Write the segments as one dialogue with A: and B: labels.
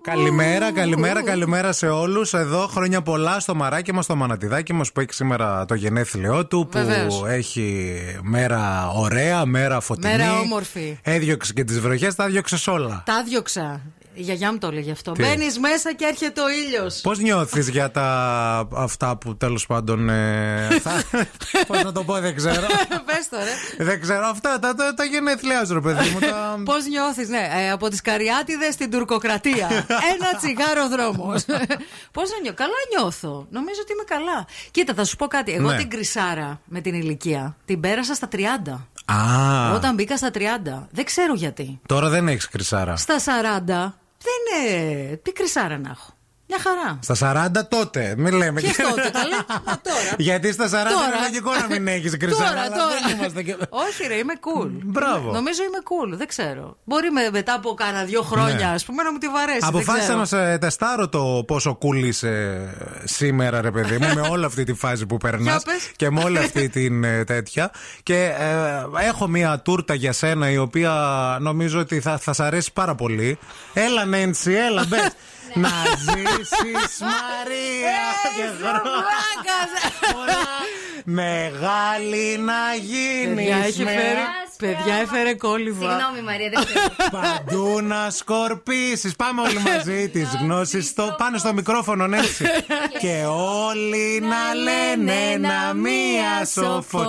A: Καλημέρα, καλημέρα, καλημέρα σε όλους. Εδώ χρόνια πολλά στο μαράκι μας, στο μανατιδάκι μας που έχει σήμερα το γενέθλιό του. Που
B: Βεβαίως.
A: έχει μέρα ωραία, μέρα φωτεινή.
B: Μέρα όμορφη.
A: Έδιωξε και τις βροχές, τα έδιωξες όλα.
B: Τα διώξα. Η γιαγιά μου το έλεγε αυτό.
A: Τι?
B: Μπαίνεις μέσα και έρχεται ο ήλιος.
A: Πώς νιώθεις για τα αυτά που τέλος πάντων. Ε, θα... Πώς να το πω, δεν ξέρω.
B: Πες το ρε.
A: δεν ξέρω αυτά, τα, τα, τα γενέθλιά σου, ρε παιδί μου. Τα...
B: Πώς νιώθεις, ναι, ε, από τις Καριάτιδες στην Τουρκοκρατία. Ένα τσιγάρο δρόμος. Πώς να νιώθω. Καλά νιώθω. Νομίζω ότι είμαι καλά. Κοίτα, θα σου πω κάτι. Εγώ
A: Ναι.
B: την κρυσάρα με την ηλικία την πέρασα στα 30.
A: Α,
B: Όταν μπήκα στα 30. Δεν ξέρω γιατί.
A: τώρα δεν έχεις κρυσάρα.
B: Στα 40 δεν είναι. Τι κρυσάρα να έχω. Μια χαρά.
A: Στα 40 τότε, μην λέμε.
B: Ποιες τότε, καλέ? Α, τώρα.
A: Γιατί στα 40 είναι
B: Τώρα.
A: λογικό να μην έχεις κρυσάρα.
B: Τώρα,
A: αλλά
B: τώρα.
A: δεν είμαστε και-
B: Όχι, ρε, είμαι cool.
A: Μπράβο.
B: Νομίζω είμαι cool, δεν ξέρω. Μπορεί με, μετά από κάνα δύο χρόνια,
A: Ναι.
B: ας πούμε, να μου τη βαρέσει. δεν
A: Αποφάσισα
B: ξέρω.
A: να σε τεστάρω το πόσο cool είσαι σήμερα, ρε παιδί μου, με όλη αυτή τη φάση που περνάς
B: Για πες.
A: και με όλη αυτή την ε, τέτοια. Και ε, έχω μία τούρτα για σένα η οποία νομίζω ότι θα, θα σ' αρέσει πάρα πολύ. Έλα, Νέντσι, έλα,
B: Ναι.
A: μπε. να ζήσεις, Μαρία!
B: Ε,
A: και
B: είσαι
A: χρόνια
B: μαλάκας.
A: πολλά. Μεγάλη να γίνεις.
B: Παιδιά, έχει φέρει,
C: Γεια σου,
B: παιδιά
C: Άννα.
B: έφερε κόλληβα.
C: Συγγνώμη Μαρία, δεν ξέρω.
A: Παντού να σκορπίσεις. Πάμε όλοι μαζί τη γνώση. Στο... Πάνω στο μικρόφωνο, Νένση. και όλοι να λένε ένα μία σοφό.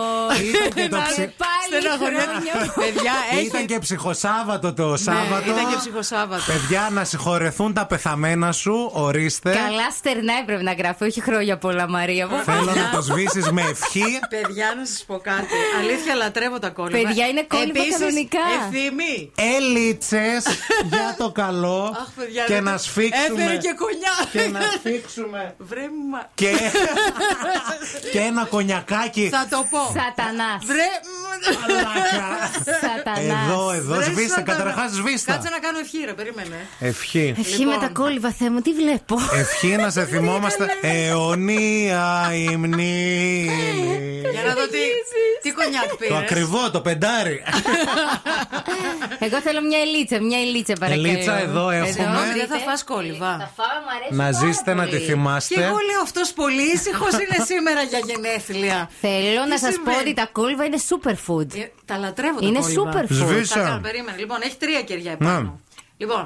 A: Ήταν και το ψι-
C: Πάλι
B: Στεναχωριέμαι.
C: χρόνια.
B: Παιδιά,
A: Ήταν
B: έχει. Ναι,
A: και ψυχοσάββατο το Σάββατο.
B: Ήταν και ψυχοσάββατο.
A: Παιδιά, να συγχωρεθούν τα πεθαμένα σου, ορίστε.
C: Καλά στερνά έπρεπε να γράφει, όχι χρόνια πολλά Μαρία μου.
A: Θέλω να το σβήσεις με ευχή.
B: Παιδιά, να σας πω κάτι. Αλήθεια, λατρεύω τα κόλληβα.
C: Παιδιά, είναι κόλληβα
B: Επίσης,
C: κανονικά.
B: Ευθύμη.
A: Έλιτσες για το καλό.
B: Αχ, παιδιά,
A: και
B: δεν
A: να
B: το-
A: σφίξουμε.
B: Έφερε και κονιά.
A: και να σφίξουμε.
B: Βρε, μα-
A: Και, και ένα κονιακάκι.
B: Θα το πω.
C: Σατανάς.
B: Βρε.
A: Μαλάκα.
C: Σατανάς.
A: Εδώ, εδώ,
B: Βρες,
A: σβήστε.
B: σατανά.
A: Καταρχάς, σβήστε.
B: Κάτσε να κάνω ευχή, ρε, περίμενε.
A: Ευχή.
C: Ευχή με τα κόλληβα, Θεέ μου, τι βλέπω.
A: Ευχή να σε θυμόμαστε αιωνία η μνήμη.
B: Για να δω τι, τι κονιάκ πήρες
A: Το ακριβό, το πεντάρι.
C: Εγώ θέλω μια ελίτσα, μια ελίτσα παρακαλώ.
A: Ελίτσα, εδώ έχουμε.
B: Συγγνώμη, δεν θα φας κόλληβα.
C: Θα φάω, μου αρέσει
A: Να
C: πάρα
A: ζήστε, να τη
C: πολύ.
B: Και
A: θυμάστε.
B: εγώ λέω αυτός πολύ ήσυχος είναι σήμερα για γενέθλια.
C: Θέλω
B: Τι
C: να σας
B: συμβαίνει?
C: πω ότι τα κόλληβα είναι superfood.
B: Ε, Τα λατρεύω τα
C: Είναι
B: κόλληβα.
C: super food.
A: Σβήσα.
B: Τα κάνω, περίμενε. Λοιπόν, έχει τρία κεριά επάνω. Λοιπόν,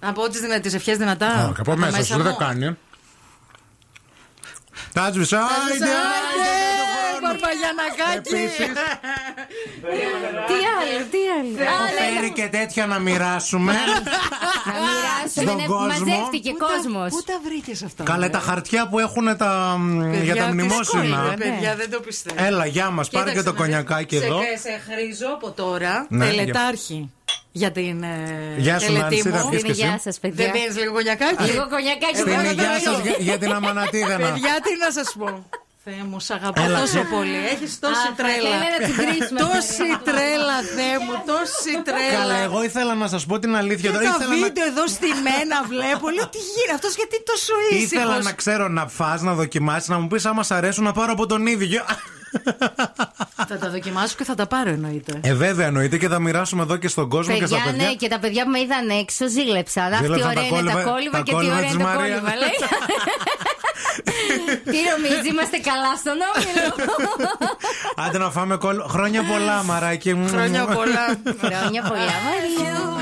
B: να πω τις, τις ευχές δυνατά.
A: Ναι. Α, Από
B: τα
A: μέσα σου, δεν
B: μου.
A: κάνει. Τα σβήσα.
B: Άντε,
A: Άιντε,
B: άντε, Παρπαγιανακάκη.
A: Επίσης.
C: Τι άλλο, τι άλλο.
A: Έχω
C: Α, ναι,
A: φέρει και τέτοια να μοιράσουμε.
C: Να μοιράσουμε,
A: Στον
C: ναι,
A: κόσμο.
C: μαζεύτηκε
B: Πού τα-
C: κόσμος.
B: Πού τα βρήκες αυτά.
A: Καλά,
B: ρε?
A: τα χαρτιά που έχουν τα, μ,
B: Παιδιά,
A: για τα
B: δύσκολο είναι,
A: μνημόσυνα. Ναι.
B: Παιδιά, δεν το πιστεύω.
A: Έλα, γεια μας, πάρε και
B: Κοίταξε
A: το
B: να δεις.
A: κονιακάκι
B: σε,
A: εδώ.
B: Σε χρήζω από τώρα
A: Ναι,
B: τελετάρχη για την ε,
A: Γεια σου,
B: τελετή
A: Νάνση,
B: μου.
A: θα βγεις.
C: Είναι γεια σας
B: Δεν
C: παιδιά.
B: πίνεις λίγο κονιακάκι.
C: Λίγο κονιακάκι.
B: Στην
C: εγώ
A: Την
B: Ωραία,
A: υγειά
B: καλά,
A: σα
B: καλά.
A: για την αμανατίδανα.
B: Παιδιά, τι να σας πω. Θεέ μου, σ' αγαπώ
A: Έλα,
B: τόσο
A: ξε-
B: πολύ. Έχεις τόση
C: Αχ,
B: τρέλα.
C: θέλουμε να την κρίσουμε.
B: Τόση τρέλα, Θεέ μου, τόση τρέλα.
A: Καλά, εγώ ήθελα να σας πω την
B: και
A: αλήθεια. τώρα.
B: τα
A: Ήθελα να-
B: βίντεο εδώ στη μένα βλέπω. Λέω τι γίνεται αυτός γιατί τόσο ήσυχος.
A: Ήθελα να ξέρω να φά, να δοκιμάσεις, να μου πεις άμα σ' αρέσουν να πάρω από τον ίδιο.
B: Θα τα δοκιμάσω και θα τα πάρω εννοείται.
A: Ε, βέβαια εννοείται και θα μοιράσουμε εδώ και στον κόσμο και στα
C: Παιδιά,
A: παιδιά.
C: ναι, και τα παιδιά που με είδαν έξω ζήλεψαν. Αχ, τι
A: Ζήλεψαν τα
C: ωραία είναι τα
A: κόλληβα- τα
C: κόλληβα και τι
A: κόλληβα
C: ωραία
A: της
C: είναι τα
A: Μαρία.
C: κόλληβα. λέει. Τι νομίζεις, είμαστε καλά στον όμιλο.
A: Άντε να φάμε κόλλο. Χρόνια πολλά, μαράκι μου.
B: Mm. Χρόνια πολλά.
C: Χρόνια πολλά, Μαρία.